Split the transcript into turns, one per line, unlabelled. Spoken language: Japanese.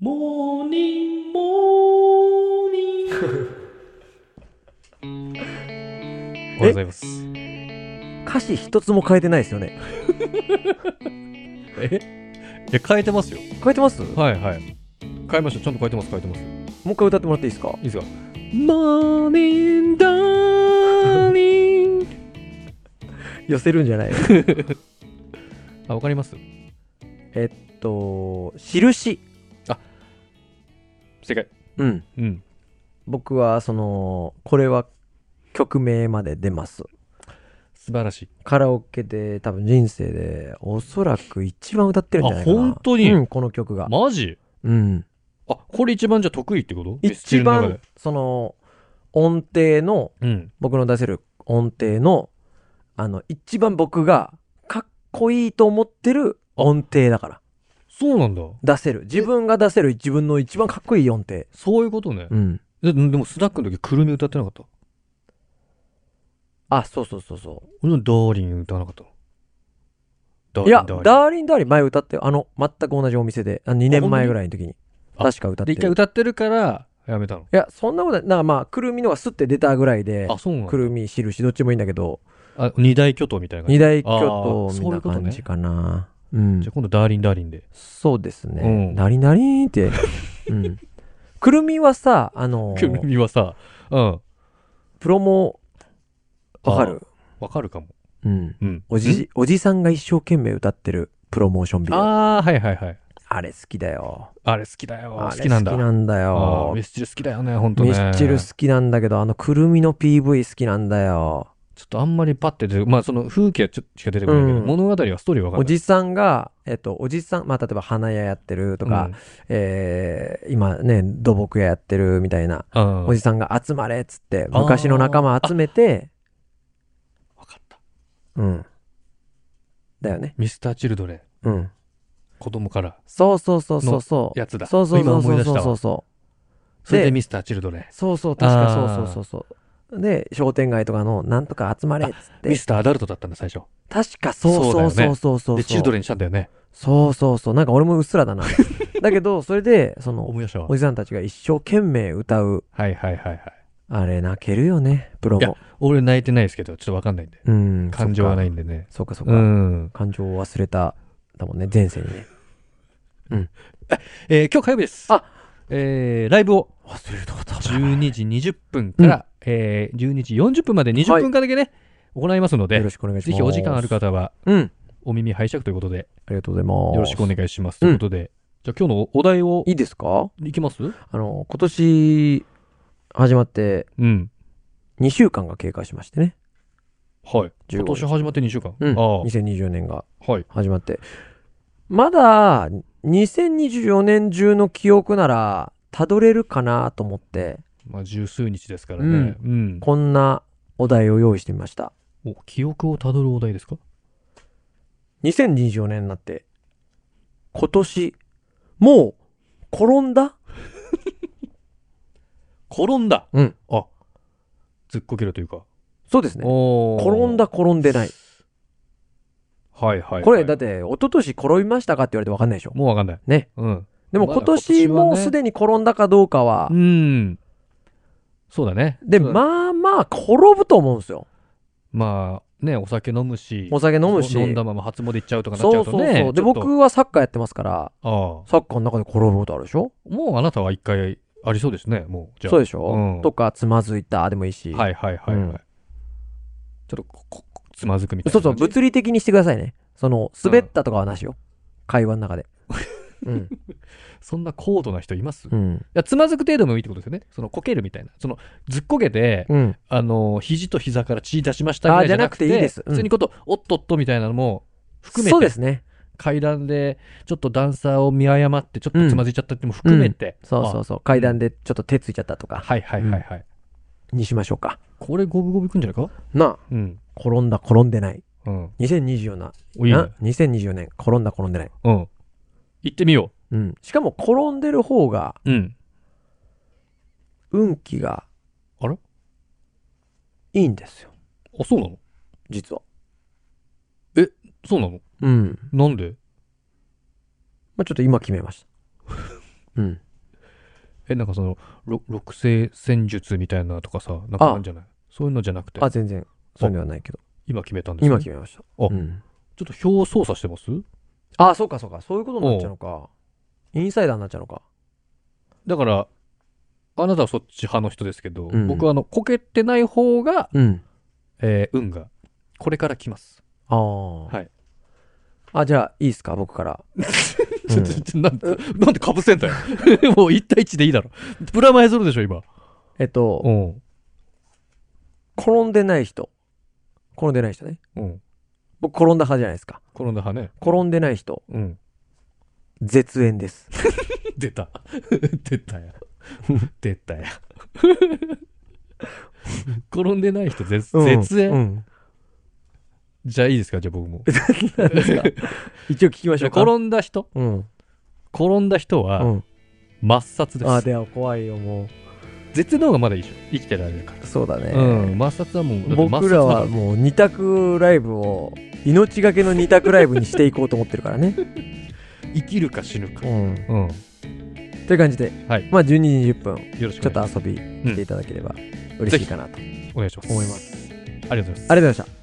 モーニングモーニング おはようございます
歌詞一つも変えてないですよね。
えいや変えてますよ
変えてます、も
はいはい変えましょうちゃんと変えてます変えてますいう
一回歌ってもらっていいですか
いですかモーニングダーニング
寄せるんじゃない
あわかります
えっと、印。
正解
うん。
うん
僕は、その、これは曲名まで出ます。
素晴らしい
カラオケで多分人生でおそらく一番歌ってるんじゃないかな。
あ本当に
うん、この曲が。
マジ
うん。
あこれ一番じゃあ得意ってことミスチ
一
ルの中で
番、その、音程の、
うん
僕の出せる音程の、あの、一番僕がかっこいいと思ってる音程だから。
そうなんだ
出せる。自分が出せる自分の一番かっこいい音程。
そういうことね、
うん。
ででもスナックの時くるみ歌ってなかった
あ、そうそうそうそ
俺のダーリン歌わなかったのダー
う。いや、
ダーリン
ダーリンダーリン前歌って、あの、全く同じお店で、あ2年前ぐらいの時に。
本当に
確か歌っ
で
てる。
一回歌ってるからやめたの
いや、そんなことない。なんかまあ、くるみのがスッて出たぐらいで、
あそうなんだ
くるみ、印、どっちもいいんだけど、
あ二大巨頭みたいな感じ
二大巨頭
あー
みたいな感じかな。うん
じゃあ。今度ダーリンダーリンで
そうです
う
ね。
ん
なりなりー んって。うん。くるみはさ、あの
くるみはさうん
プロモ、わかる
わかるかも
うん。
うん
お
ん
じ、おじさんが一生懸命歌ってるプロモーションビデオ。
ああはいはいはい
あれ好きだよ。
あれ好きだよ
あ
好
れ
きなんだ
好きなんだ
あー
よ
ミ。スチル好きだよねほんとね
ミスチル好
ちょ
きなんだけど、あの、くるみの PV 好きなんだよ。
っとあんまりパッて出てまあその風景はちょっとしか出てこないけど、
うん
物語はストーリーわかん
お
ない
じさんが、えっと、おじさん、まあ、例えば花屋やってるとか、えー今ね、土木屋やってるみたいな、
うん、うん、
おじさんが集まれっつって、
あー
昔の仲間集めて、
わかった
うん。だよね。
ミスターチルドレン
うん。
子供から
そうそうそうそうそう。
やつだ
そうそう
今
そう
思い
そ
出
う
し
そう
た
そう
わ
そう。
それで
で
ミスターチルドレン
そうそう、確かそう
あー
そうそうそう。で、商店街とかの、なんとか集まれっつって
ミ。スターアダルトだったんだ最初
確かそうそうそうそうそうそう。
でチルドレンにしたんだよね
そうそうそう。なんか俺もうっすら だな。だけど、それで、その、
思い出したわ
おじさんたちが一生懸命歌う、
はいはいはいはい
あれ泣けるよね、プロ
いや
も。
俺泣いてないですけどちょっとわかんないんで
うん。。
感情はないいんでね
そうかそう
う
か。
ん
感情を忘れた、だもんね、前世にね。
えー今日火曜日です
あ
えーライブを
忘れるとこだ
12時20分から、
うん
えー12時40分まで20分間だけね、行いますので
よろしくお願いします。
ぜひお時間ある。方は
うん。
お耳拝借ということで
ありがとうございます。
よろしくお
い
願いしますということで、じゃあ今日のお題を
いいですか
いきます
あの、今年、始まって、
うん
2週間が経過しましてね。
はい
15
今年始まって2週間、
うん。
ああは
2020年が
い
始まって。まだ、2024年中の記憶なら、たどれるかなと思って、
まあ十数日ですからねうん、
こんなお題を用意してみました。
お記憶をたどるお題ですか
2024年になって、今年、もう、転んだ
転んだ
うん。
あずっこけるというか、
そうですね。
おー
転んだ、転んでない。
はいはいはい、
これ、だって、一昨年転びましたかって言われてわかんないでしょ。
もうわかんない
ね。
うん
でも
まだ
今
今
年
年はね
もうすでに転んだかどうかは
う、んそうだね
で、
そうだね
まあまあ、転ぶと思うんですよ。
まあねお酒飲むし
お酒飲むし。
飲んだまま初詣行っちゃうとかなっちゃ
そうう
と
そ
ね
うそう。で、
ちょっと
僕はサッカーやってますから、
ああ
サッカーの中で転ぶことあるでしょ
もうあなたは一回ありそうですねもうじゃあ
そうで
し
しょ、
うん
とか、つまずいたでもいいし。
はいはいはいはい、
うん
ちょっとこここつまずくみたいな
そうそう、
感じ
物理的にしてくださいね。その、滑ったとかはなしよ。会話 の中で。うん。
そんな高度な人います、
う
い
ん。
やつまずく程度もいいってことですよねそのこけるみたいなそのずっこけて、
うん。
あの肘と膝から血出しましたぐらいじゃなくて
あじゃなくていいですうん
普通にことおっとっとみたいなのも含めて
そうですね。
階段でちょっと段差を見誤ってちょっとつまずいちゃったっても含めて、
そうそう
あ
そう。階段でちょっと手ついちゃったとか、
はいはいはいはい、
にしましょうか。
これ五分五分いくんじゃないか
なあ、
うん
転んだ、転んでない。
うん
2024な、
おいいね
な2024年、転んだ、転んでない。
うん行ってみよ
うん。しかも、転んでる方が、
ううん
運気が、
あれ
いいんですよ。
あそうなの
実は。
そうなの
うん。
なんで
まあ、ちょっと今決めましうん。
え、なんかその、ろ六星戦術みたいなのとかさ、なんかあるんじゃないそういうのじゃなくて、
あ、全然、そうではないけど。
今決めたんですね
今決めました。
あ
うん。
ちょっと表操作してます
あ、そうかそうか。そういうことになっちゃうのか。インサイダーになっちゃうのか。
だから、あなたはそっち派の人ですけど、
うん
僕はあの、こけてない方が、
うん。
えー運が、これから来ます。
ああ。
はい。
あ、じゃあ、いいっすか、僕 から。
ちょちょちょ なんで、なんでかぶせんだよ。 もう1対1でいいだろ。プラマイするでしょ、今。
えっと
う、ん。
転んでない人。転んでない人ね。
うん。
僕、転んだ派じゃないですか。
転んだ派ね。
転んでない人、
うん。
絶縁です。
出た。 出た や。出たや。 転んでない人、絶、絶縁、
うん。
じゃあいいですか、じゃあ僕も。
うんですか一応聞きまし
じゃ
ょう
あ
か。
転んだ人
うん。
転んだ人
う
は、
ん。
抹殺です。
あ、では怖いよ、も
絶縁の方がまだいいでしょ。生きてられるから。
う。そうだね。
うん、抹殺はもう、だって抹
僕
殺だ
ら
から
はもう二択ライブを命がけの二択ライブにしていこうと思ってるからね。
生きるか死ぬか
う。ん。
うん。
という感じで、
はい
まあ12時20分
よろしく
ちょ
お
っ
願いしま
と遊びに来ていただければ嬉しいかなと
すお願いします。
思います。
ありがとうございます。
ありがとうございました。